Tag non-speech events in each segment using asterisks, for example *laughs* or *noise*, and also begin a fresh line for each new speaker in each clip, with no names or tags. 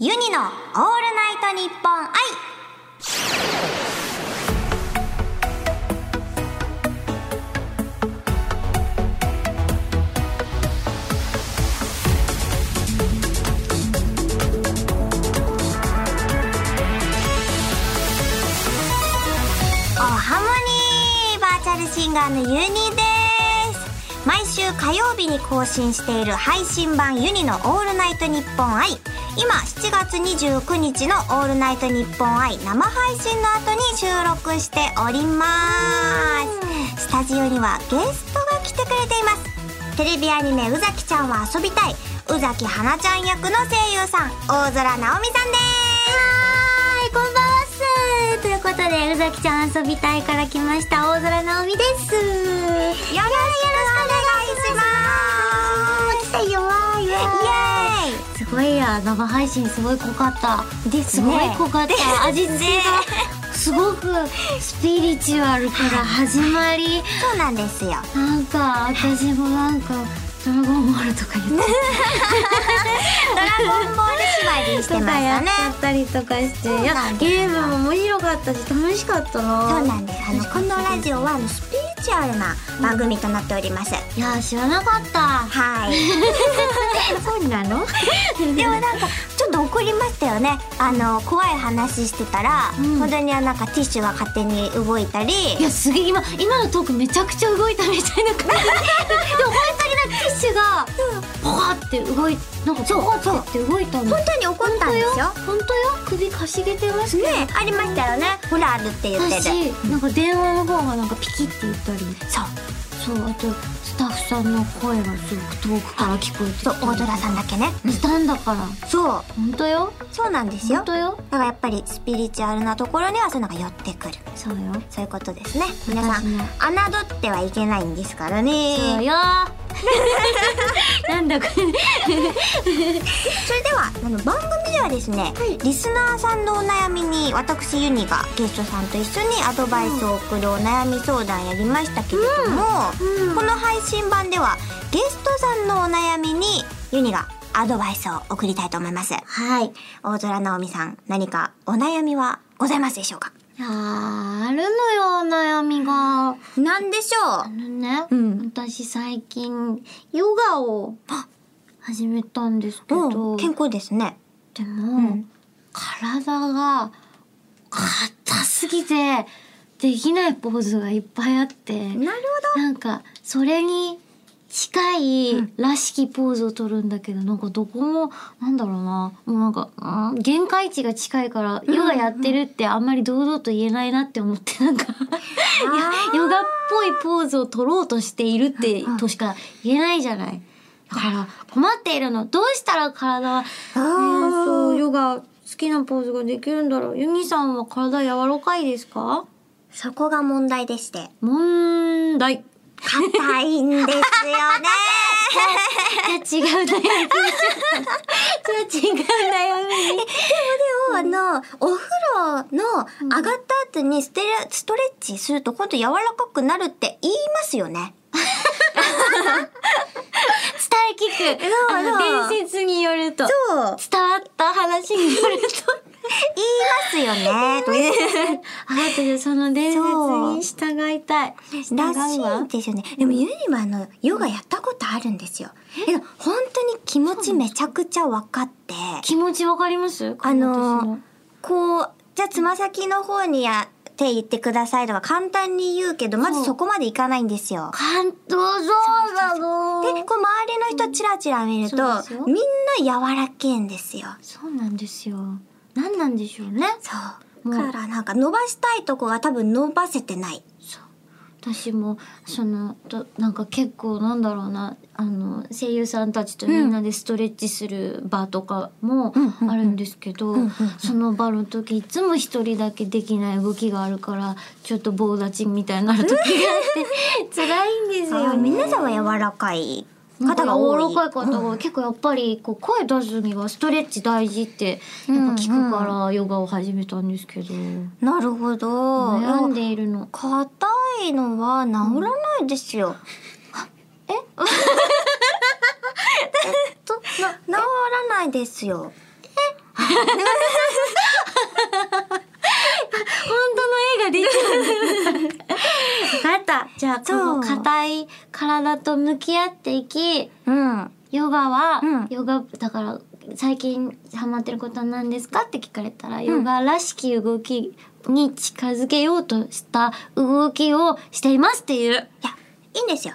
ユニのオールナイトニッポン愛おハモニーバーチャルシンガーのユニです毎週火曜日に更新している配信版ユニのオールナイトニッポン愛今7月29日のオールナイトニッポン愛生配信の後に収録しておりますスタジオにはゲストが来てくれていますテレビアニメ「宇崎ちゃんは遊びたい」宇崎花ちゃん役の声優さん大空直美さんです
こんばんはっすということで宇崎ちゃん遊びたいから来ました大空直美ですよろしくお
よろしくお願いします
来たよわーイ
イ
エ
エーイ
ーイすごいや生配信すごい濃かった
です
す
ね
ごい濃かった、味付け
ね
がすごくスピリチュアルから始まり
そうなんですよ
なんか私もなんかドラゴンボールとか言って
*laughs* ドラゴンボール縛りしてましたね
やったりとかして
そう
いや
なんです
ゲームも面白かったし楽しかったな
そうなんですあのこのラジオはあのスピリチュアルな番組となっております、
いや知らなか
*laughs*
った
はい
そうな
*laughs*
の
でもなんかちょっと怒りましたよねあの怖い話してたら、
うん
本当になんかティッシュが勝手に動いたり
いやすげえ今今のトークめちゃくちゃ動いたみた
*laughs*
いな感じでも本当になんかティッシュがポワって動いなんかポワって動いたの
本当に怒ったんですよ
本当よ首かしげてます
ねありましたよねホラーあるって言って
だ
る
しなんか電話の方がなんかピキって言ったり
そう
そうあとスタッフさんの声がすごく遠くから聞こえてき
そう
た
大空さんだけね
んしたんだから
そう
本当よ
そうなんですよだ
本当よ
からやっぱりスピリチュアルなところにはそういうのが寄ってくる
そうよ
そういうことですね皆さん
私も
侮ってはいけないんですから
そ
*laughs*
う
ね
よなんだこれ
それではあの番組ではですね、
い
リスナーさんのお悩みに私ユニがゲストさんと一緒にアドバイスを送るお悩み相談やりましたけれども、
うんうん
この配信版ではゲストさんのお悩みにユニがアドバイスを送りたいと思います
はい
大空直美さん何かお悩みはございますでしょうか
いやーあるのよ悩みが
なんでし
あ
ょ
のね、
うん
私最近ヨガを始めたんですけ
う
ど
うん健康ですね
でも、
うん
体が硬すぎてできないポーズがいっぱいあって
なる
なんかそれに近いらしきポーズを取るんだけど、なんかどこもなんだろうなもうなんか、うん限界値が近いからヨガやってるってあんまり堂々と言えないなって思ってなんか
ほどいや
ヨガっぽいポーズを取ろうとしているってとしか言えないじゃない。だから困っているのどうしたら体は、ね
あー
そうヨガ好きなポーズができるんだろうユニさんは体柔らかいですか
そこが問題でして
問題
硬いんですよね
いや違う悩みじゃんそれは違う悩み
*laughs* でもあのお風呂の上がった後にステレストレッチすると本当柔らかくなるって言いますよね
伝え聞く
そうそう
あの伝説によると
そう *laughs*
伝わった話によると
*laughs* 言いますよねと
あなたでその伝説に従いたい
ら
従
し
うわ
いですよねでもユニはあのヨガやったことあるんですよでも本当に気持ちめちゃくちゃ分かって
気持ちわかります
あのこうじゃあつま先の方にや手言ってくださいとか簡単に言うけどまずそこまでいかないんですよ
感動そうだぞ
で、こう周りの人チラチラ見ると、
そうですよ
みんな柔らけえんですよ。
そうなんですよなんなんでしょうね
そう。
もう
だからなんか伸ばしたいとこが多分伸ばせてない。
私もそのとなんか結構なんだろうなあの声優さんたちとみんなでストレッチする場とかも
うんうんうん
あるんですけど、
うんうん
その場の時いつも一人だけできない動きがあるからちょっと棒立ちみたいになる時があって *laughs* 辛いんですよ
あー
ね。
皆さんは柔らかい
なんか
方が多い。
柔らかい方が結構やっぱりこう声出すにはストレッチ大事ってやっぱ聞くからヨガを始めたんですけど、
なるほど。
悩ん
いや
でいるの。
硬いのは治らないですよ。 *laughs* え？えっとな治らないですよ。え？
当の絵ができる
かった。
じゃあこ
そう
の硬い体と向き合っていき
うん。
ヨガは、
うん
ヨガだから最近ハマってることは何ですかって聞かれたら、ヨガらしき動きに近づけようとした動きをしていますってい
い
う。
や、いいんですよ。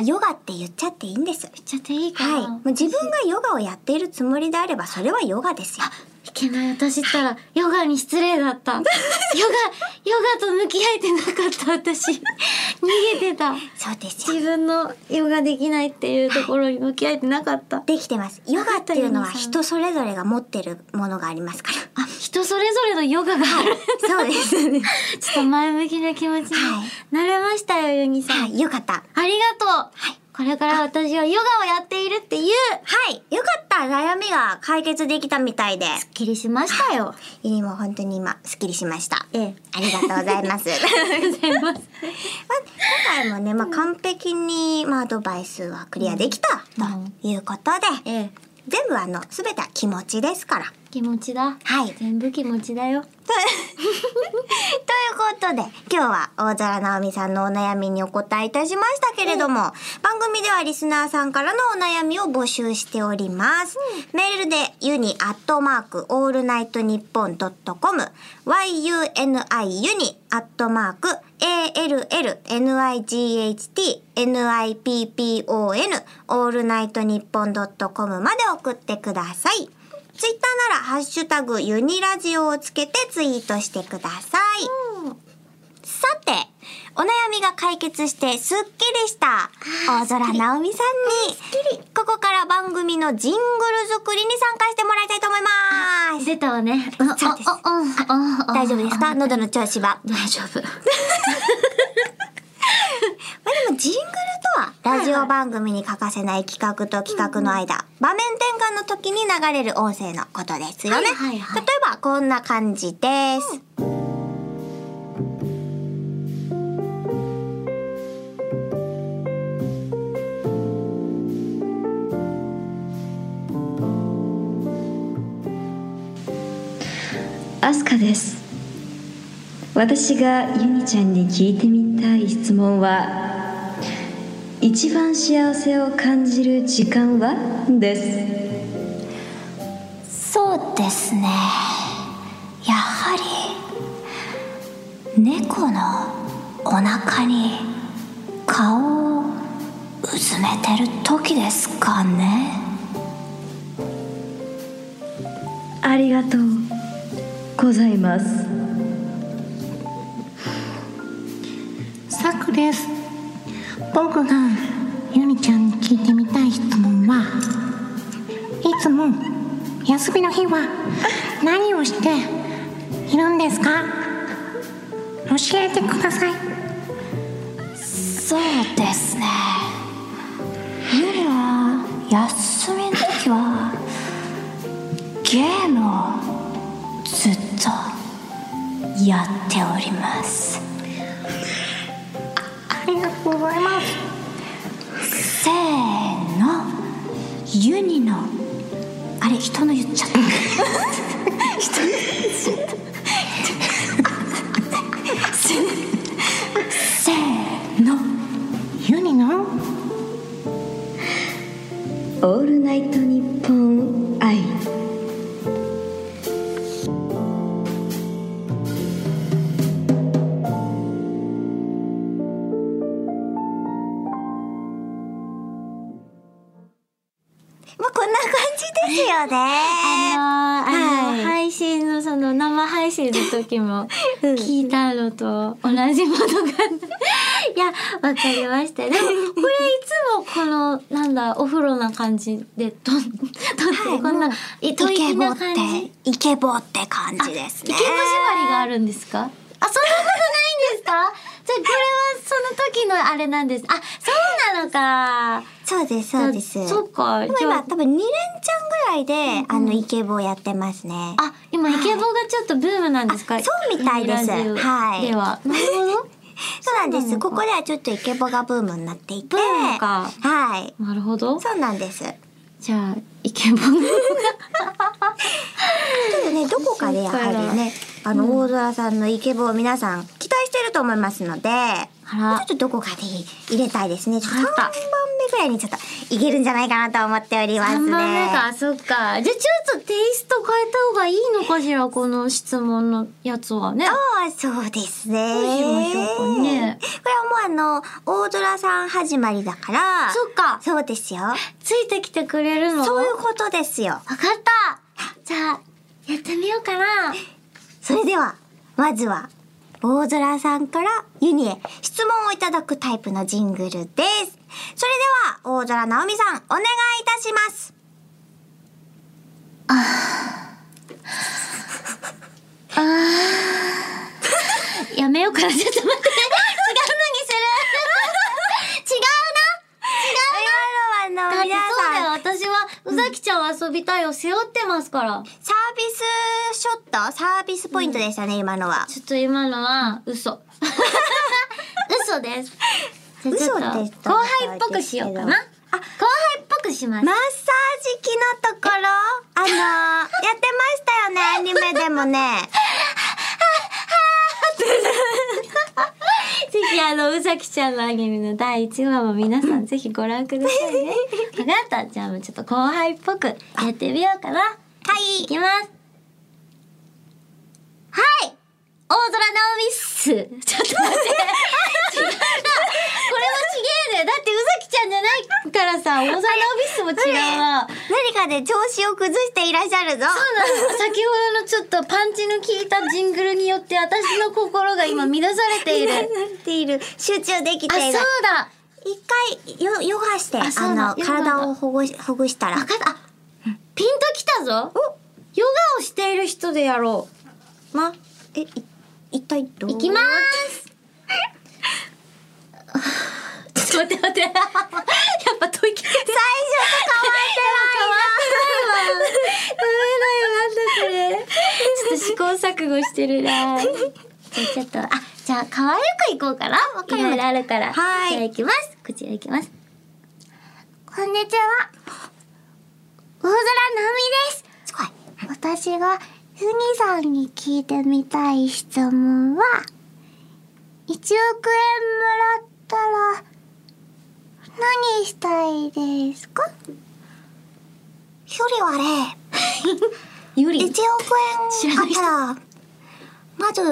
え
ヨガって言っちゃっていいんです。
ちゃっていいかな、
はい。もう自分がヨガをやっているつもりであれば、それはヨガですよ。
いけない私ったらヨガに失礼だった
*laughs*
ヨガヨガと向き合えてなかった私逃げてた
そうですよ。
自分のヨガできないっていうところに向き合えてなかった
できてます。ヨガっていうのは人それぞれが持ってるものがありますから。
あ人それぞれのヨガがある
そうですね。
ちょっと前向きな気持ちに
はい
なれましたよユニさん、
*laughs* はい、よかった。
ありがとう、これから私はヨガをやっているっていう
はい、よかった。悩みが解決できたみたいで。
すっきりしましたよ
いにも本当に今、すっきりしました。
ええ
ありがとうございます。
*laughs* ありがとうございます
まあ今回もね、まあ、完璧に、まあ、アドバイスはクリアできた
うん
ということで、
ええ
全部あの全ては気持ちですから。
気持ちだ
はい。と
全部気持ちだよ
ということで今日は大空直美さんのお悩みにお答えいたしましたけれども、番組ではリスナーさんからのお悩みを募集しております。メールでユニアットマークオールナイトニッポンドットコム yuni ユニアットマーク allnight.nippon オールナイトニッポンドットコムまで送ってください。ツイッターならハッシュタグユニラジオをつけてツイートしてください。さて、お悩みが解決してすっきりした大空直美さんに、ここから番組のジングル作りに参加してもらいたいと思います。
出たわね。
そうです大丈夫ですか喉の調子は。
大丈
*laughs*
夫。
まあでもジングルとはラジオ番組に欠かせない企画と企画の間、場面転換の時に流れる音声のことですよね。
はいはいは
例
い
えばこんな感じです。
アスカです私がユニちゃんに聞いてみたい質問は一番幸せを感じる時間はです
そうですね。やはり猫のお腹に顔をうずめてる時ですかね。
ありがとうございます
さくです僕がゆみちゃんに聞いてみたい質問はいつも休みの
*laughs*
日は何をしているんですか教えてください
そうですねゆりは休みの時はゲームをずっとやっております
ありがとうございます
せーのユニのあれ人の言っちゃった人の言っちゃったせーの
ゆにの
オールナイトニッポン愛
まあこんな感じですよね
あのーあ
はい
の配信のその生配信の時も
*laughs* うん
聞いたのと同じものが *laughs* いやわかりましたでもこれいつもこのなんだお風呂な感じでとと *laughs* ってこんな
イ
吐
ケ
息
ボっ
な
て
感じ
イケボって感じです
イ
ね
ケボ縛りがあるんですかあそんなことないんですか *laughs* じゃあこれはその時のあれなんですあそうなのか
そうですそうです
そっか
でも
じゃあ
今多分二連ちゃんぐらいで、あのイケボやってますね
あ、今イケボがちょっとブームなんですか。
あそうみたいです
ラジオ
はい
では、なるほ
そうなんで
そうな
す
の
ここではちょっとイケボがブームになっていて
ブームか
はい
ど。なるほど。
そうなんです
じゃあイケボ。
ね、どこかでやはりね、あの、大空さんのイケボを皆さん期待してると思いますので、
あ
もうちょ
ら
っとどこかで入れたいですね。ちょっと3
わかった
番目ぐらいにちょっといけるんじゃないかなと思っておりますね。
3番目かそっか *laughs* じゃあちょっとテイスト変えた方がいいのかしらこの質問のやつはね
ああ、そうですね。
どうしましょうかね
これはもうあの、大空さん始まりだから。
そっか
そうですよ。
ついてきてくれるの
そうい
わ
うことですよ。
かったじゃあやってみようかな
それでは、まずは、大空さんからユニへ質問をいただくタイプのジングルです。それでは、大空直美さん、お願いいたします。
やめようかなちょっと待って *laughs* 違うのにする *laughs* 違
違うの
う
は
だ
の
って
皆
そうだ
さん、
よ私は宇崎ちゃん遊びたいを背負ってますから
サービスショット、サービスポイントでしたね、今のは。
ちょっと今のは *laughs* 嘘嘘ですじゃあちょっと
嘘です
後輩っぽくしようかな後輩っぽくします
マッサージ機のところ、あのーやって
*laughs*
ましたよね、アニメでもね。
ぜひあの、うさきちゃんのアニメの第1話も皆さんぜひご覧ください *laughs* ね。わかった。じゃあもうちょっと後輩っぽくやってみようかな。はい。いきます。はい大空直美っす。ちょっと待って。違うな。これも *laughs* 違えだよ。だってうさきちゃんじゃないからさ、大空直美っすも違うわ。
何かで調子を崩していらっしゃるぞ。
そうなの先ほどのちょっとパンチの効いたジングルによって私の心が今乱されている。
なっている。集中でき
あ、そ
て
う
いる。
だ
一回よヨガしてあ
あそう
の
だヨガだ
体をほぐしほぐしたら
わかった。あピンときたぞ。ヨガをしている人でやろ
まえい一体どう
う。いきまーす。ちょっと待って *laughs* 待って。やっぱ *laughs* 吐息。最初と *laughs* 変わってない。変わってないわ。ダメだよ、なんだ
*laughs*
それ。ちょっと試行錯誤してるな。じゃあちょっと、あ、じゃあ可愛くいこうかな。
か
い
りました
ろいろあるから。
はい
じゃあいきます。こちらいきます。こんにちは。大空直美です。
すごい
私がユニさんに聞いてみたい質問は1億円もらったら何したいですか
よりはね
ゆり
1。
知
億円
ら
あ
な
ったら
い人
まず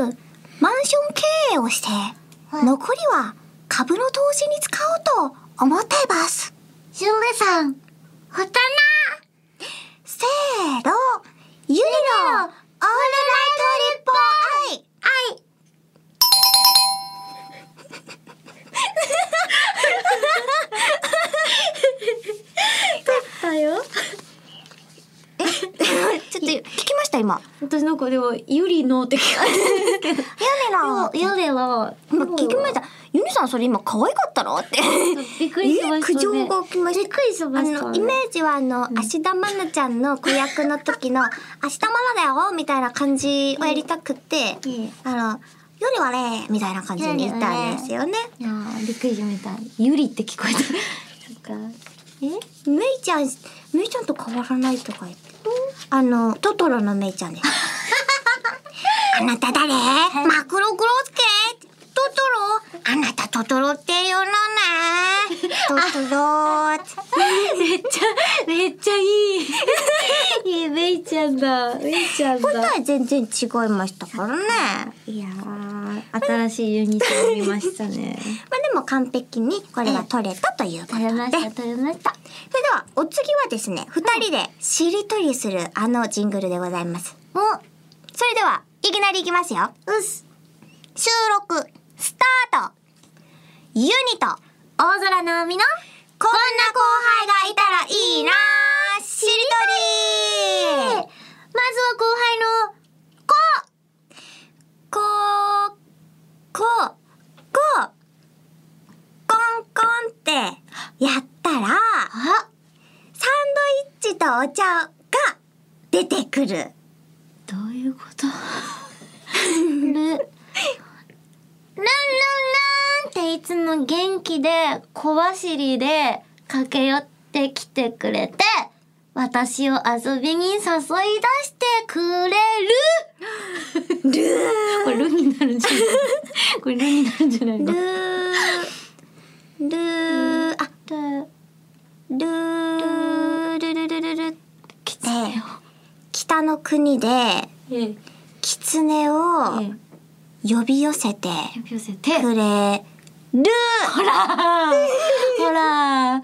マンション経営をして、
い
残りは株の投資に使おうと思っています
シュンレさんほたな
せーのゆりのオールナイト日本愛
あい
だよ。
ちょっと聞きました今
私なんかでも、ゆりのって聞かれてるんですけど。
ゆりの
ゆりは、
今聞きました。ユニさんそれ今可愛かったろって。
びっくりしまし
*laughs*
たね
え苦情が起きました。
びっくりしましたね
あのイメージはあの芦田愛菜ちゃんの子役の時 *laughs* の芦田愛菜だよみたいな感じをやりたくて、
ええ
あのよりはねみたいな感じに言ったんですよね。
いやー、びっくりしました。ゆりって聞こえた。そっか。
え、めいちゃんめいちゃんと変わらないとか言って。あのトトロのめいちゃん *laughs* です。あなた誰？マクロクロスケ？トトロ？あなたトトロっていうの *laughs* ね。トトロって。
めっちゃ、めっちゃ *laughs* いい。いい、めいちゃんだ。めいちゃん
答
だ。
え全然違いましたからね。
いやー、新しいユニットを見ましたね。
まあでも完璧にこれが取れたということ
取
で。
れ
それ
ました、取れました。
ではお次はですね、二人でしりとりするあのジングルでございます。
お、
それではいきなりいきますよ。うす。収録スタート。ユニと
大空直美の、
こんな後輩がいたらいいなーしりとりー
まずは後輩の、
こここコンコンってやったら
あ
サンドイッチとお茶が出てくる
どういうこと *laughs* ル、ルンルンルンっていつも元気で小走りで駆け寄ってきてくれて、私を遊びに誘い出してくれる
ルールー
じゃないの
あルールルルルル
きつね
北の国で
をええ
狐を
え
呼び寄せて
え呼び寄せて
くれる
ほらほら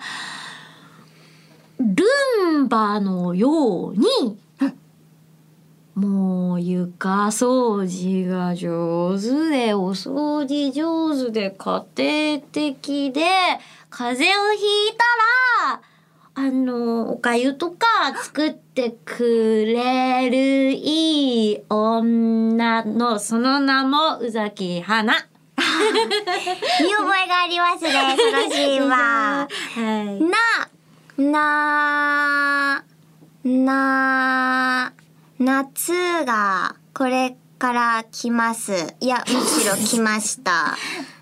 ルンバのように、もう床掃除が上手でお掃除上手で家庭的で風邪をひいたらあのおかゆとか作ってくれるいい女のその名も宇崎花。
見覚えがありますねそのシ
*laughs*
ーンは。
はい
な、な、な、夏がこれから来ます。いや、むしろ来ま *laughs* した。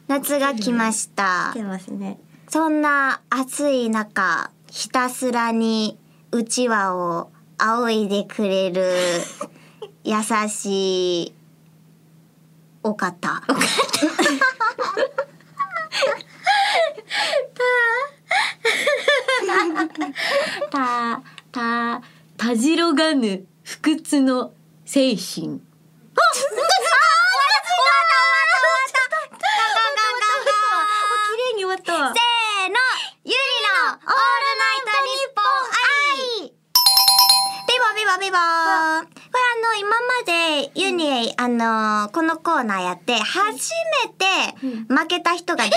夏が来ました。
ますね。
そんな暑い中、ひたすらにうちわを仰いでくれる優しいお方。
た、た、たじろがぬ不屈の精神。綺麗に終わったわ
せ。ーのゆりのオールナイトニッポン愛ビボビボビボーこれあの今までユニ、あのこのコーナーやって初めて負けた人が出,、出ま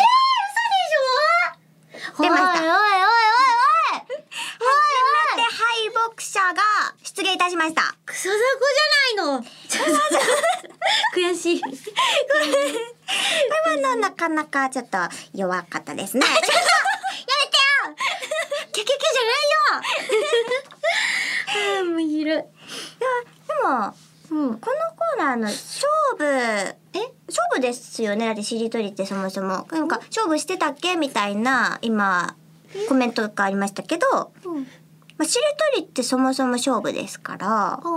した
おいおいおいおいおい
初めて敗北者が出現いたしました
クソ雑
*laughs*
魚じゃないの悔しい。
これはなかなかちょっと弱かったですね
*laughs*
やめてよキャキャキャじ
あー、もうい
ゃ
る。
ないよでも
うん。
このコーナーの勝負え勝負ですよねだってしりとりってそもそもなんか勝負してたっけみたいな今コメントがありましたけど、まあ、しりとりってそもそも勝負ですから
ああ。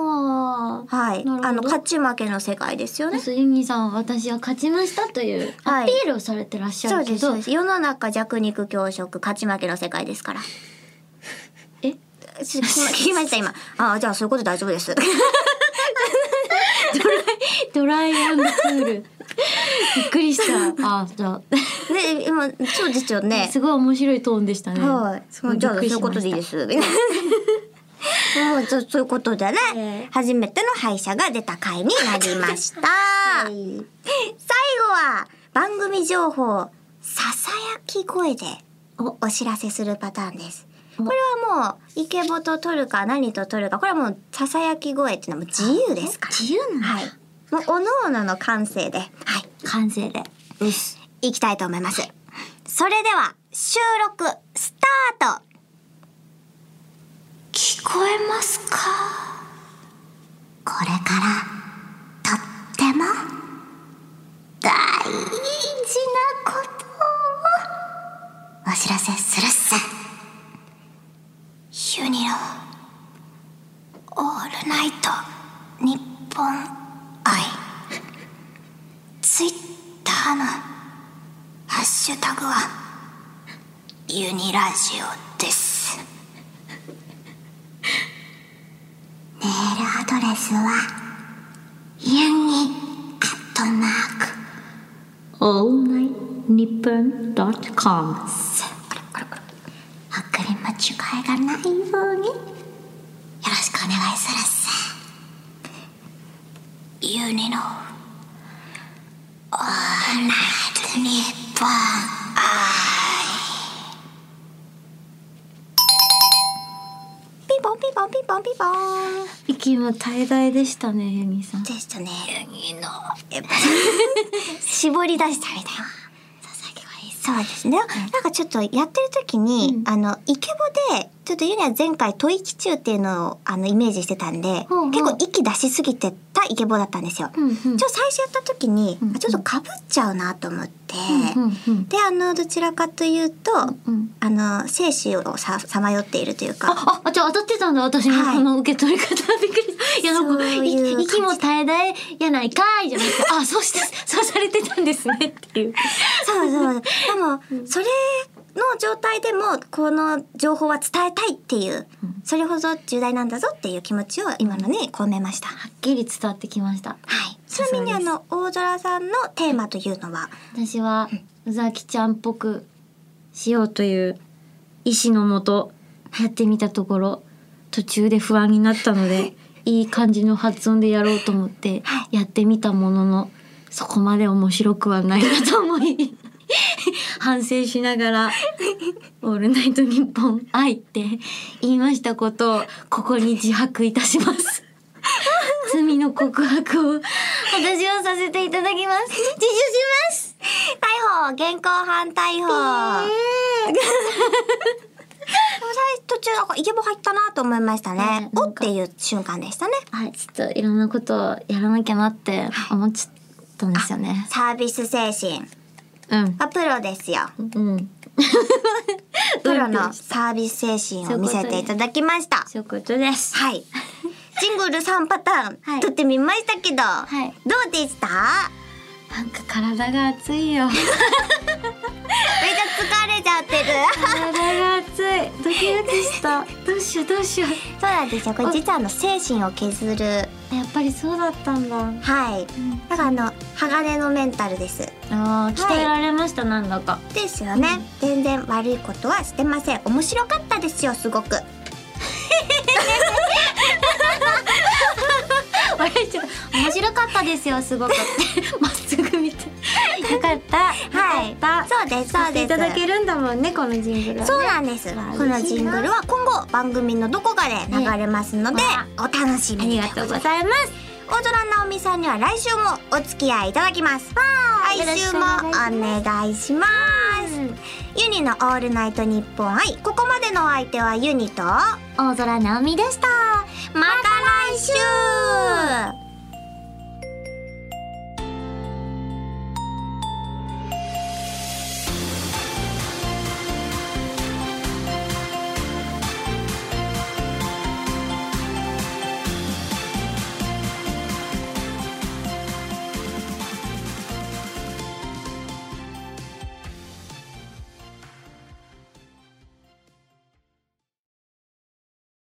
はい
なるほど
あの勝ち負けの世界ですよね。
ユニさんは私は勝ちましたという
はい
アピールをされてらっし
そ
ゃ
う
るけ
です
ど、
そうです世の中弱肉強食勝ち負けの世界ですから
え
し聞きま聞きました今あーじゃあそういうこと大丈夫です *laughs*
ドラえもんの
*laughs*
プールびっくりしたあーじゃ
で今そうですよ
あ
ね
すごい面白いトーンでしたね
はい。
す
も
ご
うじゃあ
び
そ
っ
う
くり
い
し
うこ
ま
とでいい
し
です。もうそそういうことでね、
ええ
初めての敗者が出た回になりました。
たはい
最後は番組情報をささやき声でおお知らせするパターンです。
お
これはもうイケボと取るか何と取るかこれはもうささやき声っていうのはもう自由ですから。
自由なの
はい。もう各々の感性で、はい。
完成でよし
いきたいと思います。それでは収録スタート
聞こえますか
これからとっても大事なことをお知らせするっすユニのオールナイト日本愛ツイッターのハッシュタグはユニラジオですメールアドレスはユニアットマーク
allnightnippon.com
送り間違いがないようによろしくお願いするっすユニのオールナイトニッポンピンポンピンポンピンポンピンポン
息も大大でしたねユニさん
でしたね。の、 *laughs* やっぱり絞り出したみたいな。そうですね。なんかちょっとやってる時に、あのイケボでちょっとユニは前回吐息中っていうのをあのイメージしてたんで、
うんうん
結構息出しすぎてたイケボだったんですよ。
うんうん
ちょ最初やった時に、
うんうん
あちょっとかぶっちゃうなと思って、
うんうん
であのどちらかというと、
うん
あの生死をささまよっているというか
あ、あ、じゃあ当たってたんだ、私の
はい
この受け取り方。びっくりした。いや、なん
そ
か、
ういう
い
感じ
息も絶え絶えやないかい、じゃなくて、あ、そうして、そうされてたんですね、っていう。
そうそう。でも、それの状態でも、この情報は伝えたいっていう、それほど重大なんだぞっていう気持ちを今のに込めました。
はっきり伝わってきました。
はい。ちなみにあの、大空さんのテーマというのは、
私は、うざきちゃんっぽくしようという意志のもと、やってみたところ、途中で不安になったので、いい感じの発音でやろうと思って
は、
やってみたものの、そこまで面白くはないなと思い、反省しながら、オールナイトニッポン愛って言いましたことをここに自白いたします。罪の告白を私はさせていただきます。自首します。
逮捕現行犯逮捕でも最初途中、あイケボ入ったなと思いましたね
ね。な
お
ん
っ
か
ていう瞬間でしたね。
あ、ちょっといろんなことをやらなきゃなって思っちゃったんですよね。
サービス精神。
うん。
あプロですよ。
うん。
プロのサービス精神を見せていただきました。
そういうことです。
はい。ジングル3パターン、
はい
撮ってみましたけど、
い
どうでした
なんか体が熱い *laughs* よ。
めっちゃ疲れちゃってる。
体が熱い。ドキドキした。 *laughs* どうしようどうしよう。
*laughs* そうなんですよ。これ実はあの精神を削る。
やっぱりそうだったんだ。
はい。だからあの、鋼のメンタルです。
ああ、鍛えられました、なんだか。
ですよね。全然悪いことはしてません。面白かったですよ、すごく。
笑っちゃった面白かったですよすごく *laughs* まっすぐ見てよかった
はい
よかった
そうです、そう
て
で
いただ
す。
けるんだもんねこのジングルはね
そうなんです。
わあ
このジングルは今後番組のどこかで流れますので
ねわ、
お楽しみ
あ
に
りがとうございます
大空直美さんには来週もお付き合いいただきます来週もお願いしますユニのオールナイトニッポン愛ここまでのお相手はユニとま
大空直美でした
た来週